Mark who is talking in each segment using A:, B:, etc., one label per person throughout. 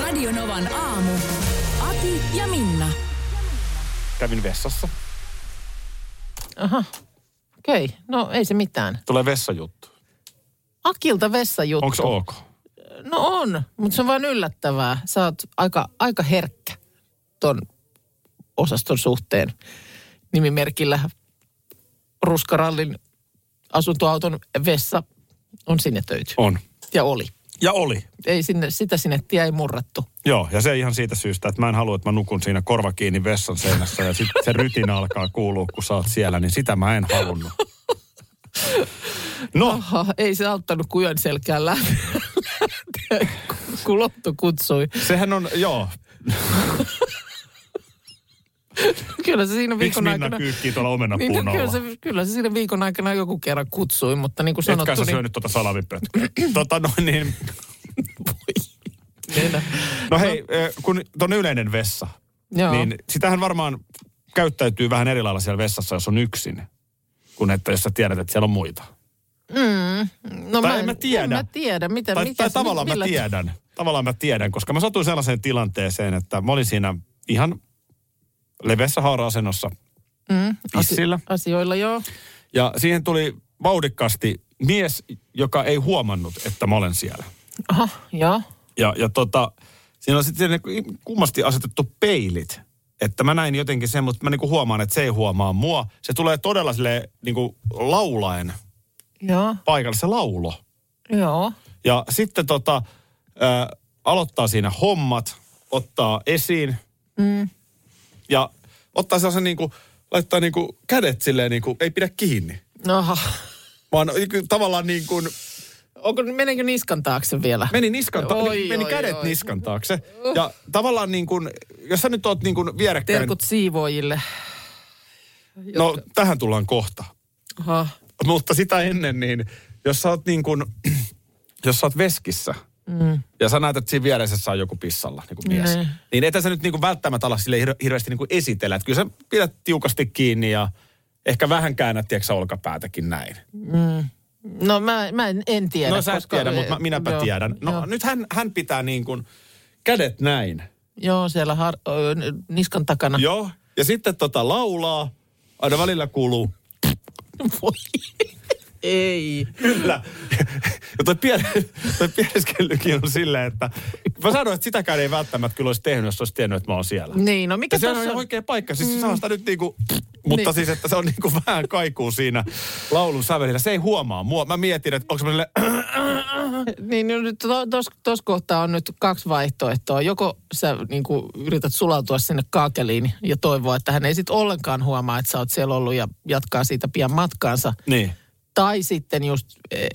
A: Radionovan aamu. Ati ja Minna.
B: Kävin vessassa.
C: Aha. Okei, okay. no ei se mitään.
B: Tulee vessajuttu.
C: Akilta vessajuttu.
B: Onko se ok?
C: No on, mutta se on vaan yllättävää. Sä oot aika, aika herkkä ton osaston suhteen nimimerkillä. Ruskarallin asuntoauton vessa on sinne töyty.
B: On.
C: Ja oli.
B: Ja oli.
C: Ei sinne, sitä sinettiä ei murrattu.
B: Joo, ja se ihan siitä syystä, että mä en halua, että mä nukun siinä korva kiinni vessan seinässä ja sitten se rytin alkaa kuulua, kun sä oot siellä, niin sitä mä en halunnut. No,
C: Aha, ei se auttanut kujan selkään läpi. kun Lotto kutsui.
B: sehän on, joo,
C: Kyllä se siinä
B: miksi
C: viikon
B: Minna
C: aikana...
B: kyykkii tuolla
C: Niin,
B: omenapuun
C: no,
B: alla?
C: kyllä, se, kyllä se siinä viikon aikana joku kerran kutsui, mutta niin kuin sanottu,
B: Etkä sä
C: niin
B: syönyt tuota salamipötköä. tota noin niin,
C: ei enää.
B: no hei, eh, kun ton yleinen vessa,
C: Joo.
B: niin sitähän varmaan käyttäytyy vähän eri lailla siellä vessassa, jos on yksin, kun että jos sä tiedät, että siellä on muita.
C: No
B: Tai
C: mä,
B: en mä tiedä.
C: En mä tiedä, mitä,
B: tai,
C: mikä,
B: tai
C: se-
B: tavallaan mä
C: millä-
B: tiedän. Tavallaan mä tiedän, koska mä satuin sellaiseen tilanteeseen, että mä olin siinä ihan leveässä haara-asennossa issillä.
C: Asioilla, joo.
B: Ja siihen tuli vauhdikkaasti mies, joka ei huomannut, että mä olen siellä.
C: Aha, joo.
B: Ja, ja tota, siinä on sitten ne kummasti asetettu peilit. Että mä näin jotenkin sen, mutta mä niinku huomaan, että se ei huomaa mua. Se tulee todella sille niinku laulaen
C: Joo,
B: paikalle, se laulo.
C: joo.
B: Ja sitten tota, ää, aloittaa siinä hommat, ottaa esiin. Mm. Ja ottaa sellaisen niin kuin, laittaa niin kuin kädet silleen niin kuin, ei pidä kiinni.
C: No, Aha.
B: Vaan niinku tavallaan niin kuin,
C: Onko, meneekö niskan taakse vielä?
B: meni, niskan ta-
C: Oi,
B: meni
C: oi,
B: kädet
C: oi.
B: niskan taakse. Ja tavallaan niin kuin, jos sä nyt oot niin kuin vierekkäin,
C: Terkut siivoojille.
B: no tähän tullaan kohta.
C: Aha.
B: Mutta sitä ennen niin, jos sä oot niin kuin, jos sä oot veskissä, mm. ja sä näet, että siinä vieressä on joku pissalla, niin kuin mies,
C: Niin.
B: mm. niin etä sä nyt niin kuin välttämättä ala sille hir- hirveästi niin kuin esitellä. Että kyllä sä pidät tiukasti kiinni ja ehkä vähän käännät, tiedätkö sä, olkapäätäkin näin.
C: No mä, mä en, en tiedä.
B: no sä et tiedä, mutta mä, minäpä
C: joo,
B: tiedän. No
C: joo,
B: nyt hän, hän pitää niin kuin kädet näin.
C: joo, siellä har, ö, n- niskan takana.
B: Joo. Ja sitten tota laulaa, aina välillä kuuluu.
C: Voi. Ei.
B: Kyllä. Ja toi, pien, toi pieniskelykin on silleen, että mä sanoin, että sitäkään ei välttämättä kyllä olisi tehnyt, jos olisi tiennyt, että mä oon siellä.
C: Niin, no mikä
B: Ja se on
C: tässä
B: ihan
C: on?
B: oikea paikka. Siis mm. se on sitä nyt niinku, mutta
C: Niin.
B: niin. siis, että se on niinku vähän kaikuu siinä laulun sävelillä. Se ei huomaa mua. Mä mietin, että onko semmoiselle,
C: Niin, no nyt to- tos, tos kohtaa on nyt kaksi vaihtoehtoa. Joko sä niin kuin, yrität sulautua sinne kaakeliin ja toivoa, että hän ei sitten ollenkaan huomaa, että sä oot siellä ollut ja jatkaa siitä pian matkaansa.
B: niin.
C: Tai sitten just,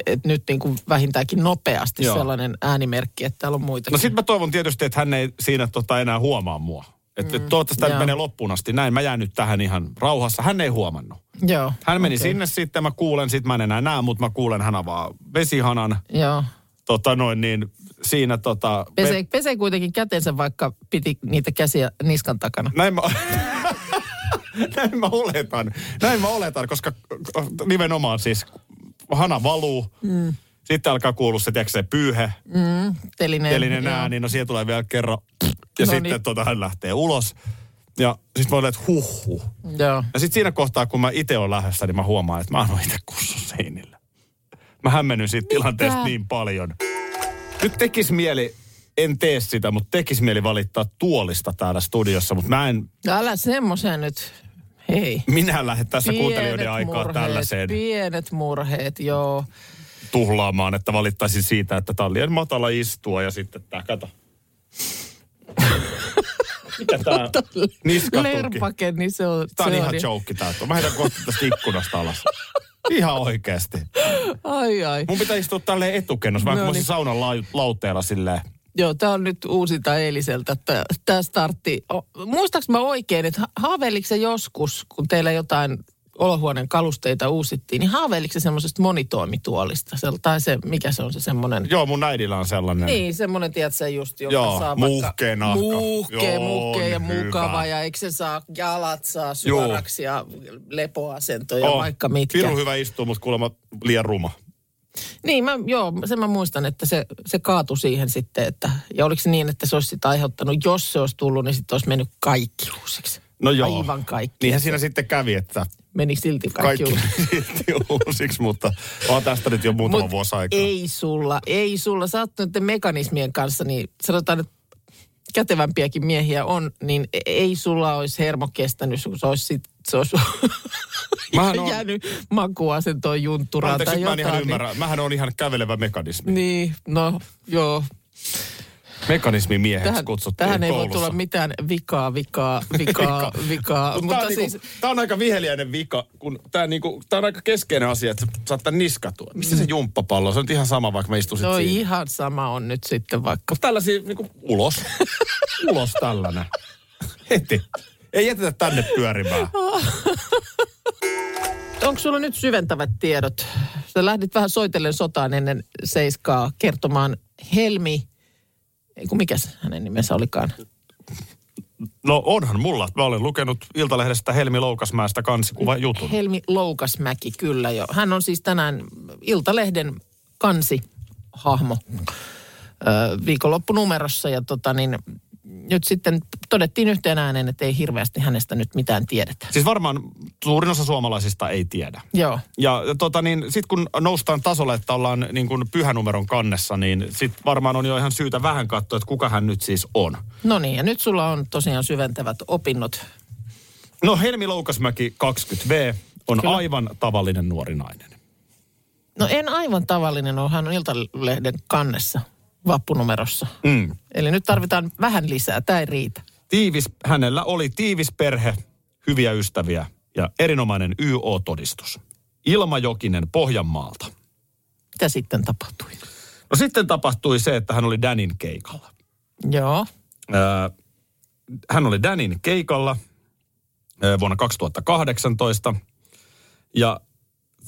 C: että nyt niin kuin vähintäänkin nopeasti Joo.
B: Joo.
C: sellainen äänimerkki, että täällä on muita.
B: No sit mä toivon tietysti, että hän ei siinä tota enää huomaa mua. Että mm. toivottavasti tämä
C: joo.
B: nyt menee loppuun asti näin. Mä jään nyt tähän ihan rauhassa. Hän ei huomannut.
C: Joo.
B: Hän meni
C: okei.
B: okay. sinne sitten, mä kuulen, sit mä en enää näe, mutta mä kuulen, hän avaa vesihanan.
C: Joo.
B: tota noin niin, siinä tota...
C: Pesee, pesee kuitenkin kätensä, vaikka piti niitä käsiä niskan takana.
B: näin mä... näin mä oletan. Näin mä oletan, koska äh, nimenomaan siis hana valuu. Mm. Sitten alkaa kuulua se, tiedätkö, se pyyhe,
C: Telinen,
B: telinen
C: joo.
B: ääni, no siihen tulee vielä kerran. Ja
C: No
B: sitten
C: niin.
B: tota, hän lähtee ulos. Ja sitten mä olen, että huh, huh.
C: Joo.
B: Ja sitten siinä kohtaa, kun mä itse olen lähdössä, niin mä huomaan, että mä annoin itse kussun seinille. Mä hämmennyn siitä tilanteesta niin paljon. Nyt tekis mieli, en tee sitä, mutta tekis mieli valittaa tuolista täällä studiossa, mutta mä en,
C: Älä semmoisen nyt. Hei.
B: minä en lähde tässä
C: Pienet
B: kuuntelijoiden aikaa
C: murheet,
B: tällaiseen
C: Pienet murheet, joo.
B: tuhlaamaan, että valittaisin siitä, että tää on liian matala istua ja sitten tää, kato. Mitä tää niskatukki?
C: Lerpake, niin se on...
B: Tää on
C: se
B: ihan
C: niin-
B: joke tää. Mä heitän kohta tästä ikkunasta alas. Ihan oikeesti.
C: niin- Ai ai.
B: Mun pitää istua tälleen etukennossa, vaan
C: No
B: no, kun mä
C: niin.
B: niin. saunan laaju- lauteella silleen.
C: Joo, tämä on nyt uusinta eiliseltä. Tämä startti. O- Muistaaks mä oikein, että ha- haaveiliko se joskus, kun teillä jotain olohuoneen kalusteita uusittiin, niin haaveiliko se semmoisesta monitoimituolista? Se, tai se, mikä se on se semmoinen?
B: Joo, mun äidillä on sellainen.
C: Niin, semmoinen, tiedätkö, just joka
B: Joo,
C: saa
B: muhkeen
C: vaikka...
B: nahka.
C: Muhkee,
B: Joo,
C: muhkee ja
B: on hyvä.
C: mukava. Ja eikö se saa, jalat saa
B: Joo.
C: suoraksi ja lepoasento
B: Oh,
C: ja vaikka mitkä.
B: Pirun hyvä istuu, mutta kuulemma liian ruma.
C: Niin, mä, joo, sen mä muistan, että se, se kaatui siihen sitten, että, ja oliko se niin, että se olisi sitä aiheuttanut, jos se olisi tullut, niin sitten olisi mennyt kaikki uusiksi.
B: No joo.
C: Aivan kaikki.
B: Niinhän siinä sitten kävi, että
C: Meni silti kaikki,
B: kaikki
C: kaikki.
B: silti uusiksi, mutta on tästä nyt jo muutama
C: Mut
B: vuosi aikaa.
C: Ei sulla, ei sulla. Sä oot nyt mekanismien kanssa, niin sanotaan, että kätevämpiäkin miehiä on, niin e- ei sulla olisi hermo kestänyt, kun se olisi, sit, se olisi
B: Mähän on-
C: jäänyt makuasentoon juntturaan
B: Anteeksi,
C: tai
B: nyt mä
C: jotain.
B: en ihan
C: niin,
B: ymmärrä. Mähän on ihan kävelevä mekanismi.
C: niin, no joo,
B: Mekanismi mieheksi
C: tähän,
B: kutsuttiin
C: tähän ei voi
B: koulussa.
C: tulla mitään vikaa, vikaa, vikaa, vikaa.
B: Mut
C: Mutta
B: tää, on
C: siis,
B: niinku, tää on aika viheliäinen vika, kun tää, niinku, tää on aika keskeinen asia, että sä saattaa niskatua. Missä se jumppapallo on? Se on nyt ihan sama, vaikka mä istuisin
C: Mm. no
B: siinä.
C: ihan sama on nyt sitten vaikka.
B: Mut tällaisia niinku ulos. ulos tällainen. Heti. Ei jätetä tänne pyörimään.
C: Onko sulla nyt syventävät tiedot? Sä lähdit vähän soitellen sotaan ennen seiskaa kertomaan Helmi, ei kun mikäs hänen nimensä olikaan.
B: No onhan mulla. Mä olen lukenut Iltalehdestä Helmi Loukasmäestä kansikuvajutun.
C: Helmi Loukasmäki, kyllä jo. Hän on siis tänään Iltalehden kansihahmo ö, viikonloppunumerossa ja tota niin, nyt sitten todettiin yhteen ääneen, että ei hirveästi hänestä nyt mitään tiedetä.
B: Siis varmaan suurin osa suomalaisista ei tiedä.
C: Joo.
B: Ja tota niin, sit kun noustaan tasolle, että ollaan niin kuin pyhänumeron kannessa, niin sit varmaan on jo ihan syytä vähän katsoa, että kuka hän nyt siis on.
C: No niin, ja nyt sulla on tosiaan syventävät opinnot.
B: No Helmi Loukasmäki 20V on
C: Kyllä.
B: Kyllä. aivan tavallinen nuori nainen.
C: No en aivan tavallinen ole, hän on Iltalehden kannessa, vappunumerossa.
B: Mm.
C: Eli nyt tarvitaan vähän lisää, tämä ei riitä.
B: Tiivis, hänellä oli tiivis perhe, hyviä ystäviä ja erinomainen YO-todistus. Ilma Jokinen Pohjanmaalta.
C: Mitä sitten tapahtui?
B: No sitten tapahtui se, että hän oli Danin keikalla.
C: Joo,
B: Öö, hän oli Danin keikalla öö, vuonna 2018 ja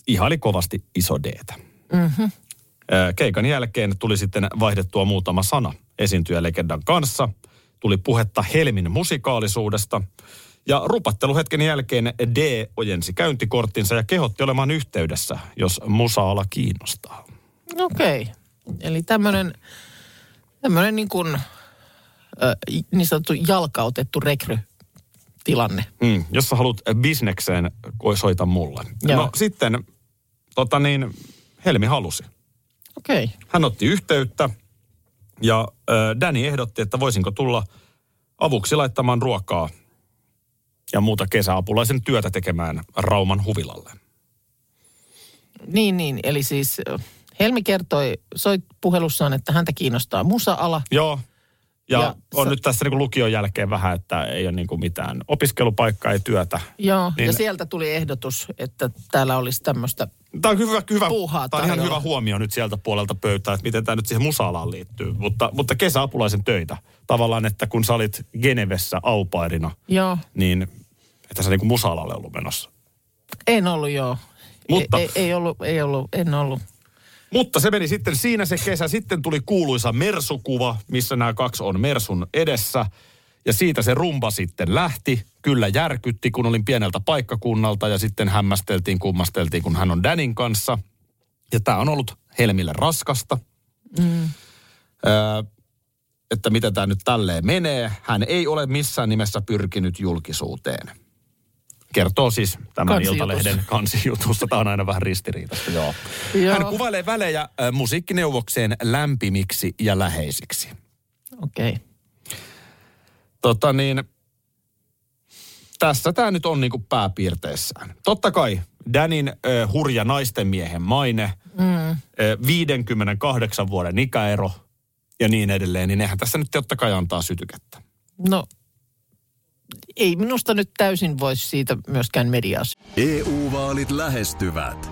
B: ihaili kovasti iso Dtä. Mm-hmm. Keikan jälkeen tuli sitten vaihdettua muutama sana esiintyjälegendan kanssa. Tuli puhetta Helmin musikaalisuudesta. Ja rupatteluhetken jälkeen D ojensi käyntikorttinsa ja kehotti olemaan yhteydessä, jos musaala kiinnostaa.
C: okei. Okay. Eli tämmöinen tämmönen niin kuin ö, niin sanottu jalkautettu rekrytilanne.
B: Mm, jos sä haluat bisnekseen, ko- soita mulle.
C: Joo.
B: Joo. No sitten, tota niin, Helmi halusi.
C: Okei, okay.
B: Hän otti yhteyttä ja äh, Dani ehdotti, että voisinko tulla avuksi laittamaan ruokaa ja muuta kesäapulaisen työtä tekemään Rauman huvilalle.
C: niin niin, eli siis ö, Helmi kertoi, soit puhelussaan, että häntä kiinnostaa musa-ala.
B: Joo. Ja,
C: Ja
B: ja on
C: sä-
B: sä... nyt tässä niin lukion jälkeen vähän, että ei ole niin kuin mitään opiskelupaikkaa, ei työtä.
C: Joo, niin.
B: Niin-
C: ja sieltä tuli ehdotus, että täällä olisi tämmöistä
B: Tämä on hyvä, hyvä,
C: Puuhaa
B: tämä on ihan
C: tarjolla.
B: hyvä huomio nyt sieltä puolelta pöytää, että miten tämä nyt siihen musaalaan liittyy. Mutta, mutta kesäapulaisen töitä tavallaan, että kun sä olit Genevessä aupairina,
C: Joo,
B: niin että sä niin kuin musaalalle ollut menossa.
C: en ollut joo.
B: Mutta-
C: Ei, ei, ei ollut, ei ollut, en ollut.
B: Mutta se meni sitten siinä se kesä. Sitten tuli kuuluisa Mersukuva, missä nämä kaksi on Mersun edessä. Ja siitä se rumba sitten lähti. Kyllä järkytti, kun olin pieneltä paikkakunnalta ja sitten hämmästeltiin, kummasteltiin, kun hän on Danin kanssa. Ja tämä on ollut Helmille raskasta. Mm. Öö, että mitä tämä nyt tälleen menee. Hän ei ole missään nimessä pyrkinyt julkisuuteen. Kertoo siis tämän
C: Kansijutussa.
B: Iltalehden kansijutusta. Tämä on aina vähän ristiriitasta, joo.
C: Joo.
B: Hän kuvailee välejä äh, musiikkineuvokseen lämpimiksi ja läheisiksi.
C: Okei. Okay.
B: Tota niin, tässä tämä nyt on niinku pääpiirteissään. Totta kai Danin äh, hurja naistenmiehen maine, mm. äh, 58 vuoden ikäero ja niin edelleen, niin nehän tässä nyt totta kai antaa sytykettä.
C: No, ei minusta nyt täysin voisi siitä myöskään mediaa
D: EU-vaalit E lähestyvät.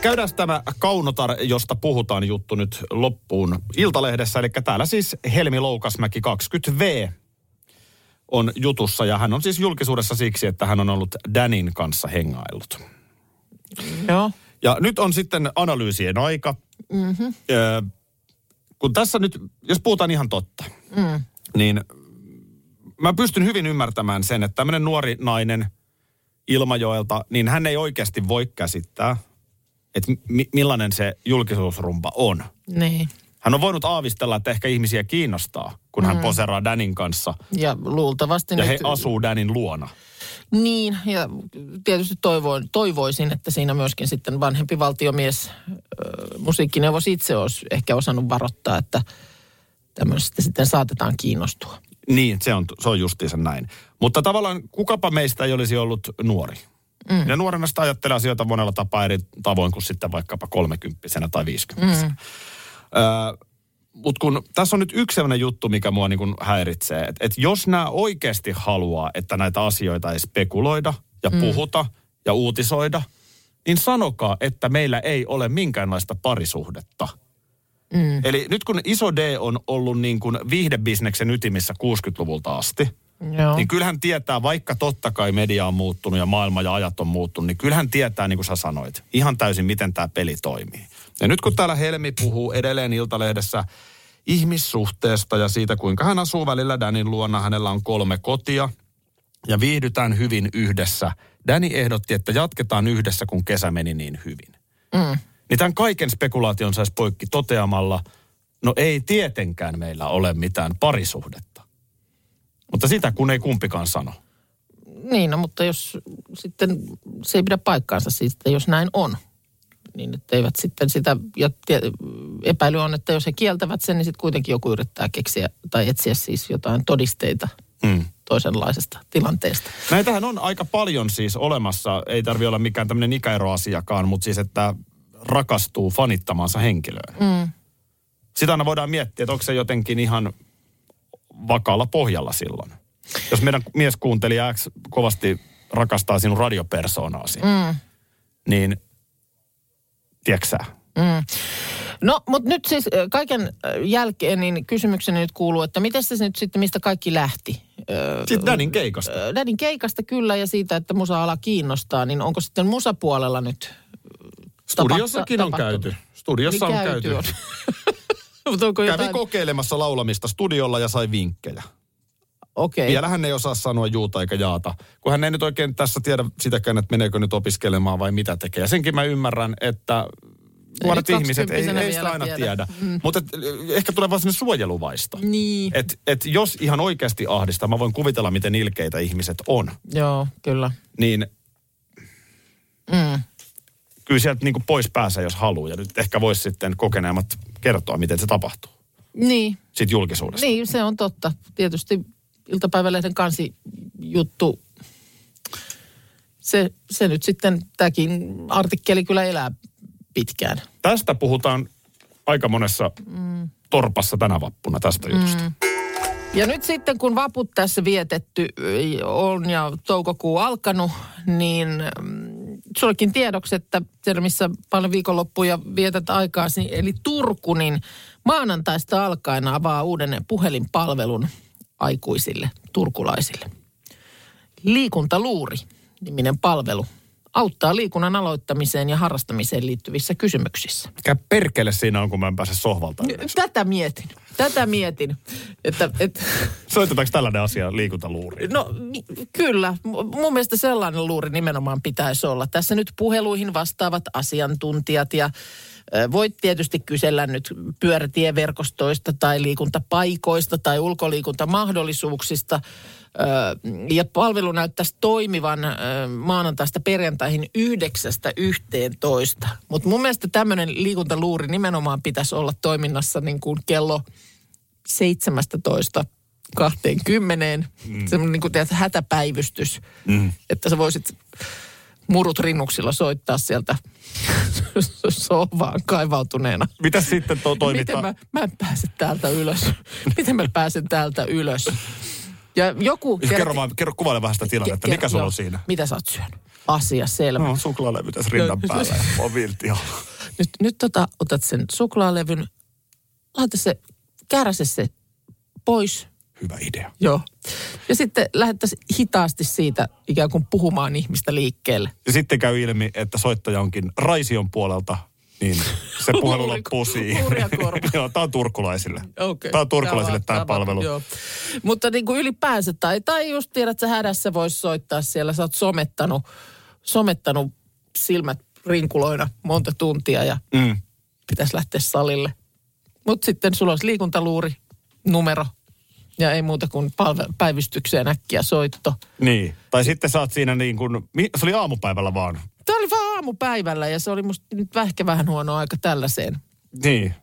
B: Käydään tämä Kaunotar, josta puhutaan juttu nyt loppuun Iltalehdessä. Eli täällä siis Helmi Loukasmäki 20V on jutussa ja hän on siis julkisuudessa siksi, että hän on ollut Danin kanssa hengaillut.
C: Joo.
B: Ja nyt on sitten analyysien aika. Mm-hmm. Öö, kun tässä nyt, jos puhutaan ihan totta, mm. niin mä pystyn hyvin ymmärtämään sen, että tämmöinen nuori nainen Ilmajoelta, niin hän ei oikeasti voi käsittää, että mi- millainen se julkisuusrumpa on.
C: Niin.
B: Hän on voinut aavistella, että ehkä ihmisiä kiinnostaa, kun hän poseraa Danin kanssa
C: Ja luultavasti
B: ja
C: nyt...
B: he asuu Danin luona.
C: Niin, ja tietysti toivoin, toivoisin, että siinä myöskin sitten vanhempi valtiomies, ö, musiikkineuvos itse olisi ehkä osannut varoittaa, että tämmöisestä sitten saatetaan kiinnostua.
B: Niin, se on, se on justiinsa näin. Mutta tavallaan kukapa meistä ei olisi ollut nuori. Mm. Ja nuorena sitä ajattelee asioita monella tapaa eri tavoin kuin sitten vaikkapa kolmekymppisenä tai viisikymppisenä. Mm. Öö, Mutta kun tässä on nyt yksi sellainen juttu, mikä mua niin kuin häiritsee, että et jos nämä oikeasti haluaa, että näitä asioita ei spekuloida ja mm. puhuta ja uutisoida, niin sanokaa, että meillä ei ole minkäänlaista parisuhdetta. Mm. Eli nyt kun iso D on ollut niin kuin viihdebisneksen ytimissä 60-luvulta asti,
C: Joo.
B: niin kyllähän tietää, vaikka totta kai media on muuttunut ja maailma ja ajat on muuttunut, niin kyllähän tietää, niin kuin sä sanoit, ihan täysin, miten tämä peli toimii. Ja nyt kun täällä Helmi puhuu edelleen Iltalehdessä ihmissuhteesta ja siitä, kuinka hän asuu välillä Danin luona, hänellä on kolme kotia ja viihdytään hyvin yhdessä. Dani ehdotti, että jatketaan yhdessä, kun kesä meni niin hyvin. Niin tämän kaiken spekulaation saisi poikki toteamalla, no ei tietenkään meillä ole mitään parisuhdetta. Mutta sitä kun ei kumpikaan sano.
C: Niin, no, mutta jos sitten se ei pidä paikkaansa siis, että jos näin on, niin että eivät sitten sitä, ja tie- epäily on, että jos he kieltävät sen, niin sitten kuitenkin joku yrittää keksiä tai etsiä siis jotain todisteita
B: Mm.
C: toisenlaisesta tilanteesta.
B: Näitähän on aika paljon siis olemassa, ei tarvi olla mikään tämmöinen ikäeroasiakaan, mutta siis että rakastuu fanittamansa henkilöön. Mm. Sitä aina voidaan miettiä, että onko se jotenkin ihan vakaalla pohjalla silloin. Jos meidän mies kuunteli X kovasti rakastaa sinun radiopersonaasi, mm. niin tiedätkö sä?
C: No, mutta nyt siis ö, kaiken ö, jälkeen niin kysymykseni nyt kuuluu, että miten se nyt sitten, mistä kaikki lähti? Ö,
B: Sitten Danin keikasta.
C: ö, Dadin keikasta kyllä ja siitä, että musa-ala kiinnostaa, niin onko sitten musapuolella nyt Niin
B: Studiossakin on
C: tapahtunut?
B: käyty. Studiossa on Niin käyty.
C: Mutta onko
B: Kävi
C: jotain...
B: kokeilemassa laulamista studiolla ja sai vinkkejä.
C: Okei.
B: Vielä hän ei osaa sanoa juuta eikä jaata, kun hän ei nyt oikein tässä tiedä sitäkään, että meneekö nyt opiskelemaan vai mitä tekee. Ja senkin mä ymmärrän, että nuoret
C: nyt
B: ihmiset ei,
C: kaksikymppisenä
B: ei sitä
C: vielä
B: aina tiedä.
C: tiedä.
B: tiedä. Mm. Mutta et, ehkä tulee vaan sinne suojeluvaisto.
C: Niin.
B: Et, et jos ihan oikeasti ahdistaa, mä voin kuvitella, miten ilkeitä ihmiset on,
C: Joo, kyllä.
B: niin
C: Mm.
B: kyllä sieltä niin pois pääsee, jos haluaa. Ja nyt ehkä voisi sitten kokeneemmat kertoa, miten se tapahtuu
C: Niin,
B: siitä julkisuudesta.
C: niin, se on totta. Tietysti iltapäivälehden kansijuttu, se, se nyt sitten, tämäkin artikkeli kyllä elää pitkään.
B: Tästä puhutaan aika monessa mm. torpassa tänä vappuna tästä jutusta. Mm.
C: Ja nyt sitten, kun vaput tässä vietetty ö, on ja toukokuu alkanut, niin mm, sullekin tiedoksi, että siellä missä paljon viikonloppuja vietät aikaa, eli Turku, niin maanantaista alkaen avaa uuden puhelinpalvelun aikuisille turkulaisille. Liikuntaluuri niminen palvelu auttaa liikunnan aloittamiseen ja harrastamiseen liittyvissä kysymyksissä.
B: Mikä perkele siinä on, kun mä en pääse sohvalta ylös?
C: Tätä mietin. Tätä mietin. Että, et,
B: Soitetaanko tällainen asia liikuntaluuriin?
C: no mi- kyllä, Mu- mun mielestä sellainen luuri nimenomaan pitäisi olla. Tässä nyt puheluihin vastaavat asiantuntijat ja ö, voit tietysti kysellä nyt pyörätieverkostoista tai liikuntapaikoista tai ulkoliikuntamahdollisuuksista. Ö, Ja palvelu näyttäisi toimivan ö, maanantaista perjantaihin 9.11. Mutta mun mielestä tämmöinen liikuntaluuri nimenomaan pitäisi olla toiminnassa niin kuin kello 17 20. Mm. Semmoinen niin kuin teet hätäpäivystys, mm. että sä voisit murut rinnuksilla soittaa sieltä sohvaan kaivautuneena.
B: Mitä sitten tuo
C: Miten
B: toiminta?
C: mä, mä en pääse täältä ylös? Miten mä pääsen täältä ylös? Ja joku...
B: Siis Kerro, vaan, kerro kuvaile vähän sitä tilannetta.
C: Ke-
B: Mikä sulla
C: joo.
B: on siinä?
C: Mitä sä oot syönyt? Asia selvä.
B: No, suklaalevy tässä rinnan
C: No.
B: päällä ja on viltti alla.
C: Nyt, nyt tota, otat sen suklaalevyn, laita se, kääräse se pois,
B: Hyvä idea.
C: Joo. Ja sitten lähdettäisiin hitaasti siitä ikään kuin puhumaan ihmistä liikkeelle.
B: Ja sitten käy ilmi, että soittaja onkin Raision puolelta, niin se puhelu
C: Luuri-
B: loppuu siihen.
C: luuria korva.
B: joo, tämä on turkulaisille.
C: Okay.
B: Tämä on turkulaisille tämä palvelu.
C: Joo. Mutta niin kuin ylipäänsä, tai, tai just tiedät, että sä hädässä voisi soittaa siellä. Sä oot somettanut, somettanut silmät rinkuloina monta tuntia ja
B: Mm.
C: pitäisi lähteä salille. Mutta sitten sulla olisi liikuntaluuri, numero ja ei muuta kuin palve- päivystykseen äkkiä soitto.
B: Niin. Tai sitten sä oot siinä niin kuin, mi- se oli aamupäivällä vaan.
C: Tämä oli vaan aamupäivällä ja se oli musta nyt ehkä vähän huono aika tällaiseen.
B: Niin.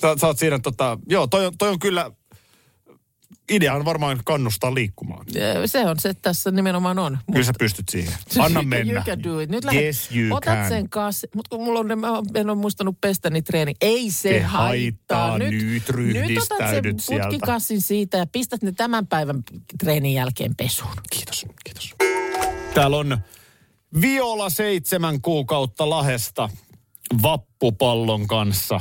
B: Sä, sä oot siinä tota, joo, toi on, toi on kyllä, idea on varmaan kannustaa liikkumaan.
C: Ö, Se on se tässä nimenomaan on. Mut-
B: Kyllä sä pystyt siihen. Anna
C: You can-
B: mennä.
C: You can do it. Nyt
B: yes, you
C: otat
B: can.
C: sen kanssa, mutta kun mulla on, ne- mä en ole muistanut pestä niin treeni. Ei se
B: Se
C: haittaa.
B: haittaa, nyt
C: nyt otat sen
B: ryhdistäydyt sieltä.
C: putkikassin siitä ja pistät ne tämän päivän treenin jälkeen pesuun.
B: Kiitos, kiitos. Täällä on Viola seitsemän kuukautta Lahesta vappupallon kanssa.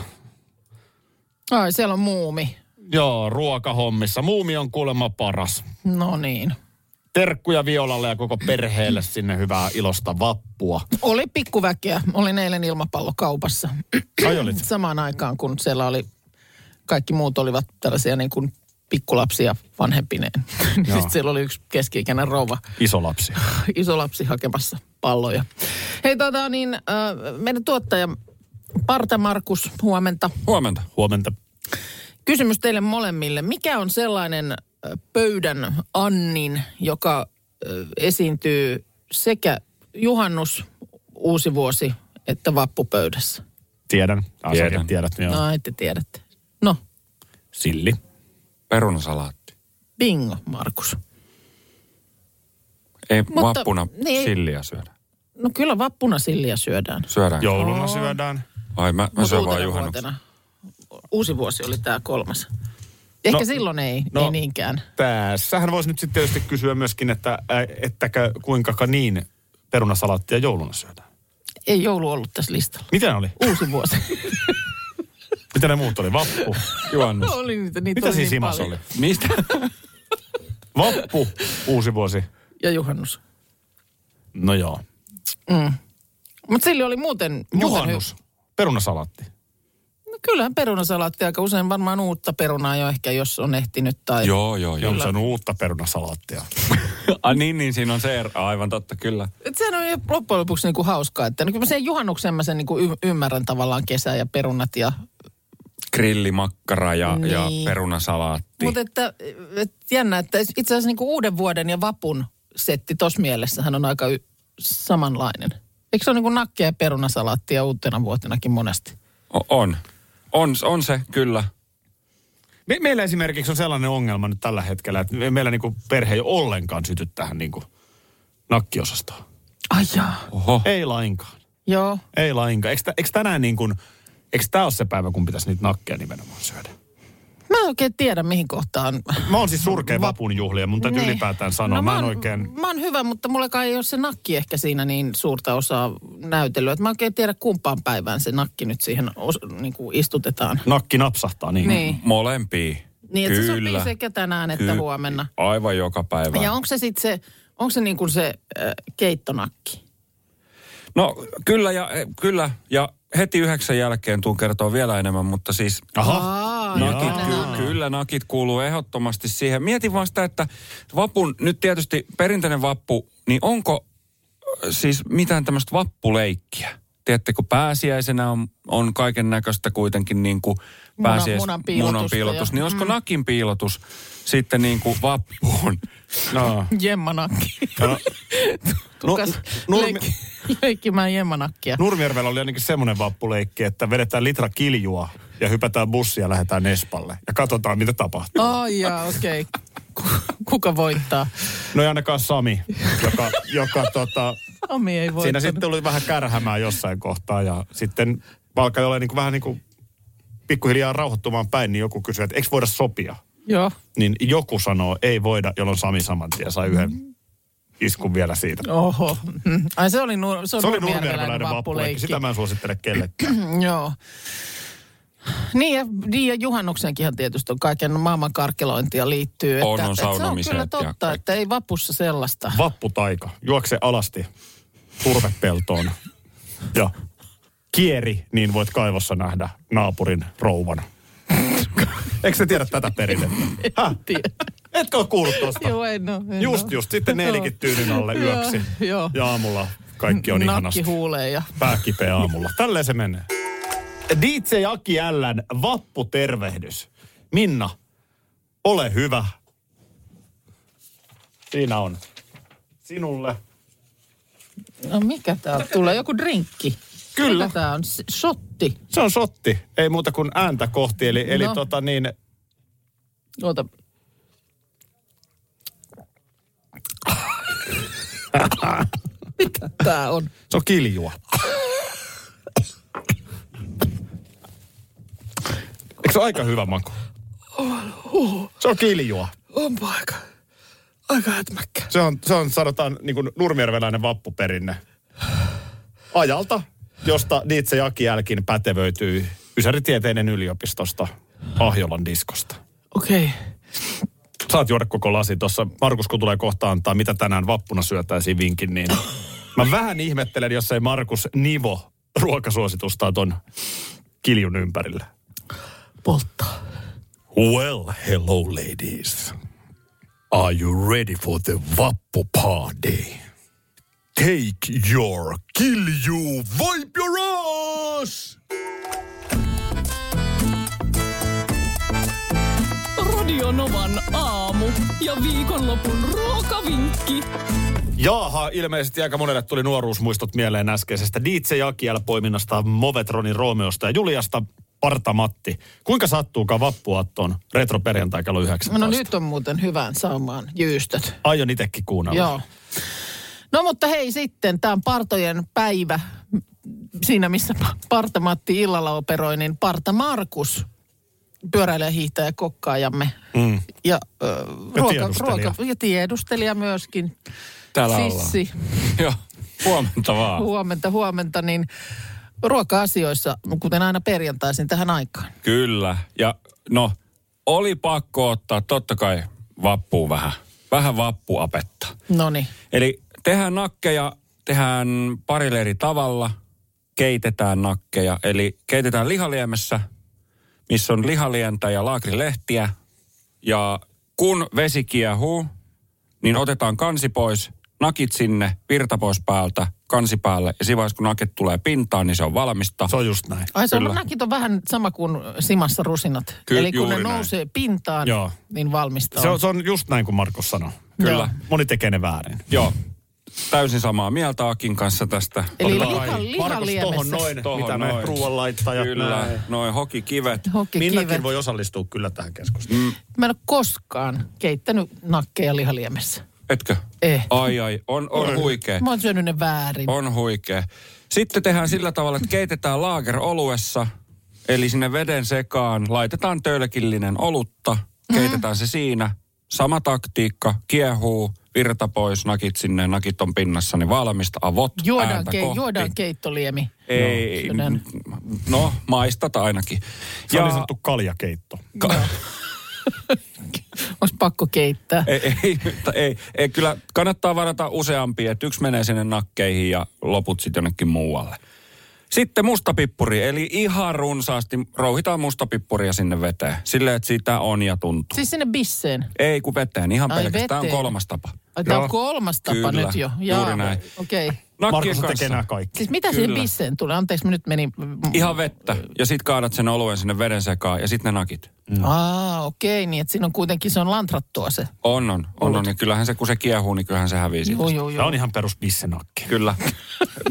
C: Ai, siellä on muumi.
B: Joo, ruokahommissa. Muumi on kuulemma paras.
C: No niin.
B: Terkkuja Violalle ja koko perheelle sinne hyvää ilosta vappua.
C: Oli pikkuväkeä. Olin eilen ilmapallokaupassa.
B: Ai olit?
C: Samaan aikaan, kun siellä oli, kaikki muut olivat tällaisia niin kuin pikkulapsia vanhempineen. Niin
B: Joo.
C: Sitten siellä oli yksi keski-ikäinen rouva,
B: Iso lapsi.
C: iso lapsi hakemassa palloja. Hei tota niin, äh, meidän tuottaja Parta Markus, huomenta.
B: Huomenta. Huomenta.
C: Kysymys teille molemmille. Mikä on sellainen äh, pöydän annin, joka äh, esiintyy sekä juhannus, uusi vuosi, että vappupöydässä?
B: Tiedän. Asiakin
E: Tiedän.
B: Tiedät, joo.
C: No, te tiedätte. No,
B: Silli.
E: Perunasalaatti.
C: bingo, Markus.
E: Ei
C: Mutta-
E: Mutta, vappuna
C: niin.
E: niin. silliä syödä.
C: No kyllä vappuna silliä syödään.
E: Syödään.
B: Jouluna syödään.
E: Ai mä, mä
C: Mut
E: syön vaan
C: uutena
E: juhannuksena.
C: vuotena. Uusi vuosi oli tämä kolmas. Ehkä no,
B: No,
C: silloin ei, no,
B: no.
C: ei niinkään.
B: Tässähän voisi nyt sitten tietysti kysyä myöskin, että äh, ettäkö kuinka niin perunasalaattia jouluna syödään.
C: Ei joulu ollut tässä listalla.
B: Miten oli?
C: Uusi vuosi.
B: Mitä ne muut oli? Vappu, juhannus.
C: No, oli niitä, niitä
B: Mitä
C: oli
B: siinä
C: niin
B: Simas
C: paljon.
B: oli? Mistä? Vappu, uusi vuosi.
C: Ja juhannus.
B: No joo.
C: Mutta sillä oli muuten... muuten
B: Juhannus, perunasalaatti.
C: hy- no kyllähän perunasalaatti aika usein varmaan uutta perunaa jo ehkä, jos on ehtinyt tai...
E: Joo, joo, joo.
B: Kyllä. Se on uutta perunasalaattia.
E: Ah, niin, niin, siinä on se ero. Aivan totta, kyllä.
C: Et sehän on jo loppujen lopuksi niinku hauskaa, että no kyllä mä sen juhannuksen mä sen niinku y- ymmärrän tavallaan kesä ja perunat ja
B: Niin.
E: Grillimakkara ja, niin. ja
C: Niin.
E: perunasalaatti.
C: Mutta että, et jännä, että itse asiassa niinku uuden vuoden ja vapun setti tuossa mielessähän on aika y- samanlainen. Eikö se ole niinku nakkeja ja perunasalaattia uutena vuotenakin monesti?
E: O- on. on. On se, kyllä.
B: Me, meillä esimerkiksi on sellainen ongelma nyt tällä hetkellä, että me- meillä niinku perhe ei ollenkaan syty tähän niinku nakkiosastoon.
C: Ai jaa.
E: Oho.
B: Ei lainkaan.
C: Joo.
B: Ei lainkaan. Eikö, tä- eikö tänään niin kuin, eikö tämä ole se päivä, kun pitäisi niitä nakkeja nimenomaan syödä?
C: Mä en oikein tiedä, mihin kohtaan.
B: Mä oon siis surkea vapun juhlia, mun täytyy
C: Niin.
B: ylipäätään sanoa.
C: No
B: mä, en
C: oon-
B: oikein...
C: Mä oon hyvä, mutta mullakaan ei ole se nakki ehkä siinä niin suurta osaa näytellyt. Et Mä oikein tiedä, kumpaan päivään se nakki nyt siihen os, niin kuin istutetaan.
B: Nakki napsahtaa niin.
C: Niin.
E: Molempia.
C: Niin, että se
E: kyllä.
C: sopii sekä tänään että huomenna.
E: Aivan joka päivä.
C: Ja onko se sitten se, Onko se niin kuin se äh, keittonakki?
E: No kyllä ja, eh, kyllä ja heti yhdeksän jälkeen tuun kertoa vielä enemmän, mutta siis
C: Aa,
E: nakit, ky- kyllä nakit kuuluu ehdottomasti siihen. Mietin vaan sitä, että vapun, nyt tietysti perinteinen vappu, niin onko ö, siis mitään tämmöistä vappuleikkiä? Tiedätte, kun pääsiäisenä on, on kaiken näköistä kuitenkin niin kuin
C: Munan-
E: pääsiäis,
C: munan piilotusta
E: piilotus,
C: ja- Mm.
E: niin olisiko nakin piilotus sitten niin kuin vappuun? No.
C: jemmanakki.
B: No,
C: Tukas
B: nu-
C: leik- leikkimään jemmanakkia.
B: Nurmijärvellä oli ainakin semmoinen vappuleikki, että vedetään litra kiljua ja hypätään bussia ja lähdetään Nespalle. Ja katsotaan, mitä tapahtuu.
C: Ai jaa, okei. Ku- Kuka voittaa?
B: No ei ainakaan Sami, joka, joka tota,
C: Ami ei voittanut.
B: siinä sitten oli vähän kärhämää jossain kohtaa ja sitten alkaa olla niin kuin, vähän niin kuin pikkuhiljaa rauhoittumaan päin, niin joku kysyy, että eikö voida sopia?
C: Joo.
B: Niin joku sanoo, ei voida, jolloin Sami saman tien sai yhden iskun vielä siitä.
C: Oho. Mm. Ai se oli, nur, se Mm-hmm. on
B: Se oli nurmijärveläinen vappuleikki. Sitä mä en suosittele kellekään.
C: Mm, Joo. Niin ja, niin ja juhannuksenkinhan tietysti on kaiken maailman karkelointia liittyy. Että,
E: On, on
C: että se on
E: saunomiset
C: kyllä
E: ja
C: totta,
E: kaikki.
C: että ei vapussa sellaista.
B: Vapputaika. Juokse alasti turvepeltoon. Ja kieri, niin voit kaivossa nähdä naapurin rouvan. Eikö sä tiedä tätä perinnettä? Häh? Etkö ole kuullut tosta?
C: Joo, no, en oo, en oo.
B: Just, just. Sitten neelikin tyynyn alle
C: Joo,
B: yöksi.
C: joo.
B: Ja aamulla kaikki on
C: Nakki
B: ihanasti.
C: huulee ja
B: Pää kipeä aamulla. Tälleen se menee. DJ Aki Ällän vapputervehdys. Minna, ole hyvä. Siinä on. Sinulle.
C: No mikä tää on? Tulee joku drinkki.
B: Kyllä.
C: Mikä tää on? S- Shotti.
B: Se on sotti. Ei muuta kuin ääntä kohti. Eli, eli
C: No.
B: tota niin,
C: Oota. Mitä tää on?
B: se on kiljua. Eikö se ole aika hyvä maku? Se on kiljua.
C: Onpa aika, aika hätmäkkä.
B: Se on, se on sanotaan niin kuin nurmijärveläinen vappuperinne. Ajalta, josta Nietzsche Jakijälkin pätevöityy Ysäritieteiden yliopistosta Ahjolan diskosta.
C: Okei.
B: Saat juoda koko lasi tuossa. Markus, kun tulee kohta antaa, mitä tänään vappuna syötäisiin vinkin, niin mä vähän ihmettelen, jos ei Markus nivo ruokasuositustaan ton kiljun ympärille.
C: Polttaa.
B: Well, hello ladies. Are you ready for the Vappu party? Take your kill you, wipe your ass!
A: Radionovan aamu ja viikonlopun ruokavinkki.
B: Jaaha, ilmeisesti aika monelle tuli nuoruusmuistot mieleen äskeisestä. Diitse Jakiel poiminnasta, Movetronin Romeosta ja Juliasta Parta Matti. Kuinka sattuukaan vappuaattoon retroperjantai kello 19?
C: No nyt on muuten hyvän saumaan jyystöt.
B: Aion itsekin kuunnella.
C: Joo. No mutta hei sitten, tämä on partojen päivä. Siinä missä Pa- Parta-Matti illalla operoi, niin Parta Markus pyöräilee hiihtäjä kokkaajamme. Mm. Ja, ö, ruoka,
B: tiedustelija.
C: ruoka, ja tiedustelija myöskin.
E: Täällä
C: Sissi.
E: Joo, huomenta vaan.
C: Huomenta, huomenta, niin ruoka-asioissa, kuten aina perjantaisin tähän aikaan.
E: Kyllä. Ja no, oli pakko ottaa totta kai vappuu vähän. Vähän vappuapetta.
C: No niin,
E: Eli tehdään nakkeja, tehdään parilla eri tavalla, keitetään nakkeja. Eli keitetään lihaliemessä, missä on lihalientä ja laakrilehtiä. Ja kun vesi kiehuu, niin otetaan kansi pois, nakit sinne, virta pois päältä, kansi päälle. Ja siinä vaiheessa, kun nakit tulee pintaan, niin se on valmista.
B: Se on just näin.
C: Ai se on,
E: Kyllä.
C: näkit on vähän sama kuin simassa rusinat.
E: Ky-
C: Eli kun ne
E: juuri näin.
C: nousee pintaan,
B: Joo.
C: niin valmista
B: Se
C: on.
B: on, se on just näin kuin Markus sanoi.
E: Kyllä.
C: Joo.
B: Moni tekee ne väärin.
E: Joo, täysin samaa mieltä Akin kanssa tästä.
C: Eli
E: Totta
C: liha,
E: kai.
B: Markus, tohon
C: lihaliemessä.
B: noin,
E: Tohon
B: mitä me
E: noin.
B: ruoan laittaa ja
E: Kyllä,
B: näin.
E: noin hokikivet.
C: Hokkikivet.
B: Minnakin
C: Voi...
B: voi osallistua kyllä tähän keskusteluun.
C: Mä en ole koskaan keittänyt nakkeja lihaliemessä.
E: Etkö?
C: Eh.
E: Ai ai, on, on huikea.
C: Mä oon syönyt ne väärin.
E: On huikea. Sitten tehdään sillä tavalla, että keitetään laager oluessa, eli sinne veden sekaan laitetaan tölkillinen olutta, keitetään se siinä. Sama taktiikka, kiehuu, virta pois, nakit sinne, nakit on pinnassa, niin valmista, avot,
C: Juodaan,
E: ääntä
C: ke-
E: kohti.
C: juodaan keittoliemi.
E: Ei,
C: Joo, sydän.
E: no maistata ainakin.
B: Se on niin sanottu kaljakeitto.
E: Ka-
C: Olisi pakko keittää.
E: Ei, ei, mutta ei, ei, kyllä kannattaa varata useampi, että yksi menee sinne nakkeihin ja loput sitten jonnekin muualle. Sitten mustapippuri, eli ihan runsaasti rouhitaan mustapippuria sinne veteen. Silleen, että sitä on ja tuntuu.
C: Siis sinne bisseen.
E: Ei kun veteen, ihan
C: Ai
E: pelkästään. Tämä on
C: veteen.
E: kolmas tapa.
C: Ai, Tämä
E: Joo.
C: on kolmas tapa
E: No, Kyllä,
C: nyt jo.
E: juuri näin.
C: Okei. Okay.
E: Nakkien
B: Markus tekee
E: kanssa.
B: nämä kaikki.
C: Siis mitä Kyllä. siihen
E: Kyllä.
C: bisseen tulee? Anteeksi, mä nyt menin...
E: Ihan vettä. Ja sit kaadat sen oluen sinne veden sekaan ja sit ne nakit.
C: Aa, okei, niin että siinä on kuitenkin, se on lantrattua se.
E: On, on, on, on. Ja kyllähän se, kun se kiehuu, niin kyllähän se hävii siitä.
C: Joo, joo,
B: Tämä
C: joo.
B: on ihan perus bissenakki.
E: Kyllä.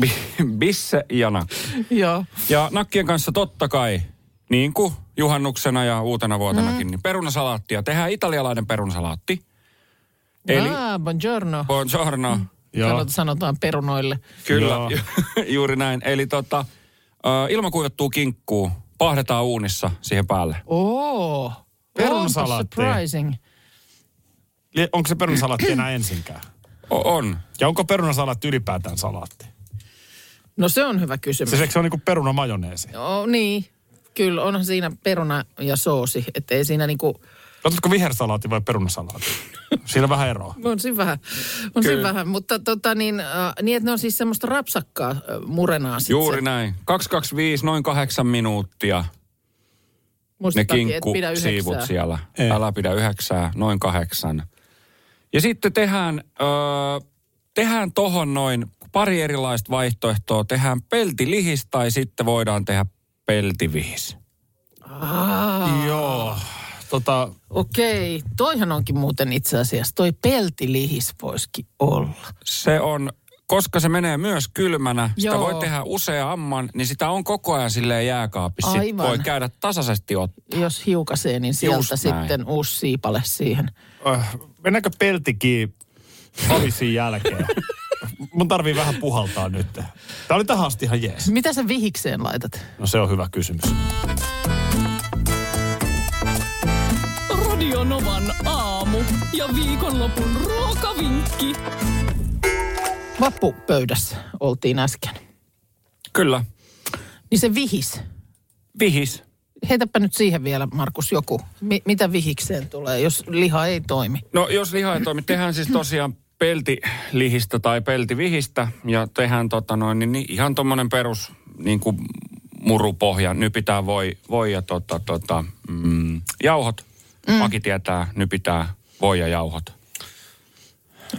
E: Bi- Bisse ja nakki.
C: joo.
E: Ja nakkien kanssa totta kai, niin kuin juhannuksena ja uutena vuotenakin, mm. niin perunasalaattia. Tehdään italialainen perunasalaatti. Eli
C: Aa, buongiorno.
E: buongiorno. Mm.
B: Joo.
C: Sanotaan, sanotaan perunoille.
E: Kyllä,
B: Joo.
E: juuri näin. Eli tota, ö, ilmakuivattua kinkkuu pahdetaan uunissa siihen päälle.
C: Oo.
B: Perunasalaatti.
C: Onpa Surprising.
B: Li- Onko se perunasalaatti enää ensinkään?
E: O- on.
B: Ja onko perunasalaatti ylipäätään salaatti?
C: No se on hyvä kysymys.
B: Se, se on niinku perunamajoneesi.
C: Oh, niin, kyllä onhan siinä peruna ja soosi, että ei siinä niinku,
B: Otatko vihersalaatti vai perunasalaatti? Siinä on vähän eroa.
C: on siinä vähän, on siinä
E: Kyllä.
C: vähän, mutta tota niin, äh, niin että ne on siis semmoista rapsakkaa äh, murenaa sit
E: Juuri
C: se.
E: näin. 225, noin kahdeksan minuuttia. ne
C: Muistetaankin, et
E: kinkku
C: pidä yhdeksää.
E: siivut siellä.
B: Ei.
E: Ei. Älä pidä yhdeksää, noin kahdeksan. Ja sitten tehdään, öö, tehdään tohon noin pari erilaista vaihtoehtoa. Tehdään peltilihis tai sitten voidaan tehdä peltivihis.
C: Aa,
B: Joo. Tota,
C: okei, toihan onkin muuten itse asiassa, toi peltilihis voisikin olla.
E: Se on, koska se menee myös kylmänä, sitä
C: Joo.
E: voi tehdä useamman, niin sitä on koko ajan silleen jääkaapissa. Sit
C: Aivan.
E: Voi käydä tasaisesti ottaa.
C: Jos hiukasee, niin sieltä
E: Just näin.
C: sitten uusi siipale siihen.
B: äh, mennäänkö peltikin avisin jälkeen? Mun tarvii vähän puhaltaa nyt. Tämä oli tähän asti ihan jees.
C: Mitä sä vihikseen laitat?
B: No se on hyvä kysymys.
A: Radionovan aamu ja viikonlopun ruokavinkki.
C: Vappupöydässä oltiin äsken.
E: Kyllä.
C: Niin se vihis.
E: Vihis.
C: Heitäpä nyt siihen vielä, Markus, joku. Mi- mitä vihikseen tulee, jos liha ei toimi?
E: No jos liha ei toimi, tehdään siis tosiaan peltilihistä tai peltivihistä ja tehdään tota noin, niin niin ihan tuommoinen perus niin kuin murupohja. Nypitää voi, voi ja tota, tota, mm, jauhot. Mm. Maki tietää, nypitää voi ja jauhot.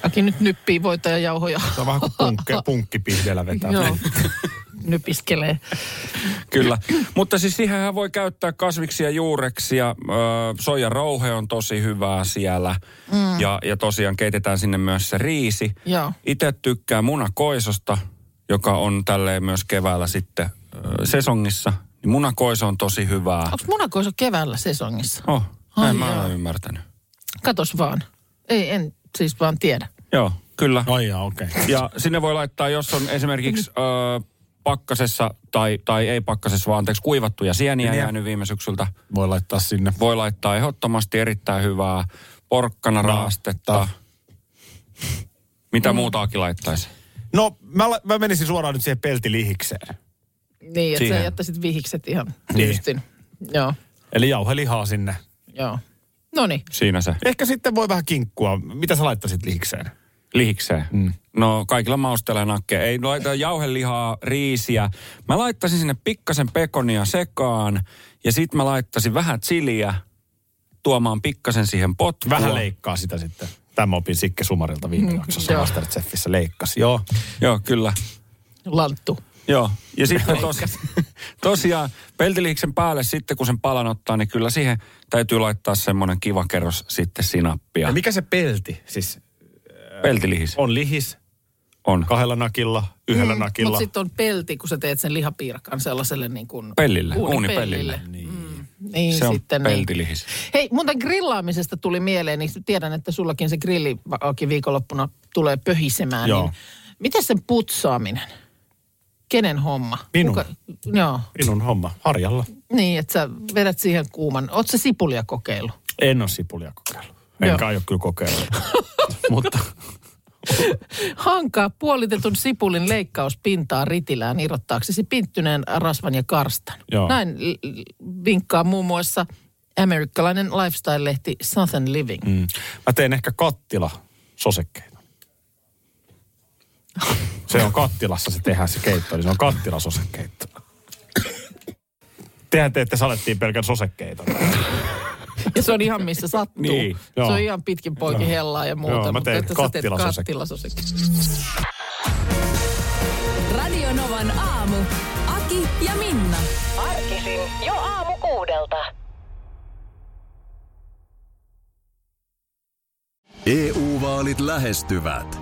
C: Aki nyt nyppii voita ja jauhoja.
B: Se on vähän kuin punkki, punkkipihdellä vetää.
C: Joo. Nypiskelee.
E: Kyllä. Mutta siis siihenhän voi käyttää kasviksia, juureksia. Öö, soijarouhe on tosi hyvää siellä. Mm. Ja, ja tosiaan keitetään sinne myös se riisi.
C: Joo.
E: Itse tykkään munakoisosta, joka on tälleen myös keväällä sitten öö, sesongissa. Niin munakoiso on tosi hyvää.
C: Onko munakoiso keväällä sesongissa?
E: Oh,
C: Ai
E: näin mä
C: jaa.
E: olen ymmärtänyt.
C: Katos vaan. Ei, en siis vaan tiedä.
E: Joo, kyllä.
B: Ai jaa, okei. Okay.
E: Ja sinne voi laittaa, jos on esimerkiksi öö, pakkasessa tai, tai ei pakkasessa, vaan anteeksi, kuivattuja sieniä jäänyt viime syksyltä.
B: Voi laittaa sinne.
E: Voi laittaa ehdottomasti erittäin hyvää porkkana raastetta. Mitä muutaakin laittaisi?
B: No, mä, la- mä menisin suoraan nyt siihen peltilihikseen.
C: Niin, että sä
E: Siihen.
C: jättäisit vihikset ihan
B: Niin.
C: tyystin. Joo,
B: Eli jauhelihaa sinne.
C: joo. No niin,
E: Siinä se.
B: Ehkä sitten voi vähän kinkkua. Mitä sä laittaisit lihikseen?
E: Lihikseen. Mm. No kaikilla maustelee nakkeja. Ei no, laita jauhelihaa, riisiä. Mä laittaisin sinne pikkasen pekonia sekaan ja sit mä laittaisin vähän chiliä tuomaan pikkasen siihen potkua.
B: Vähän leikkaa sitä sitten. Tämä opin Sikke Sumarilta viime jaksossa
C: joo.
B: Masterchefissä leikkasi. Mm. Joo.
E: Joo, kyllä.
C: lanttu.
E: Joo, ja sitten tos, tosiaan peltilihiksen päälle sitten, kun sen palan ottaa, niin kyllä siihen täytyy laittaa semmoinen kiva kerros sitten sinappia.
B: Ja mikä se pelti siis
E: Peltilihis
B: on lihis?
E: on
B: Kahdella nakilla, yhdellä mm,
C: Mutta
B: nakilla. Sit...
C: sitten on pelti, kun sä teet sen lihapiirakan sellaiselle niin kuin...
E: pellille,
C: uunipellille. Mm.
E: uunipellille.
C: Niin,
E: Se on
C: sitten niin.
E: peltilihis.
C: Hei, muuten grillaamisesta tuli mieleen, niin tiedän, että sullakin se grilli va- Aki, viikonloppuna tulee pöhisemään.
B: Joo.
C: Niin miten sen putsaaminen? Kenen homma?
B: Minun.
C: Joo,
B: Minun homma, harjalla.
C: niin että sä vedät siihen kuuman. Oot sä sipulia kokeillut?
B: En ole sipulia kokeillut.
C: Joo.
B: Enkä aio kyllä kokeilla. Mutta
C: Hankaa puolitetun sipulin leikkauspintaa ritilään irrottaaksesi pinttyneen rasvan ja karstan.
B: Joo.
C: Näin l- l- vinkkaa muun muassa amerikkalainen lifestyle-lehti Southern Living. Mm.
B: Mä teen ehkä kattila sosekkeita. Se on kattilassa se tehdään se keitto, niin se on kattilasosekeitto. Tehän teette salettiin pelkän sosekkeita.
C: Ja se on ihan missä sattuu.
B: Niin,
C: se
B: joo.
C: on ihan pitkin poikin hellaa ja muuta,
B: Joo, mä
C: mutta
B: teen
C: että sä teet
B: kattilasosek-
C: kattilasosekin.
F: Radio Novan aamu. Aki ja Minna.
G: Arkisin jo aamu kuudelta.
D: EU-vaalit E lähestyvät.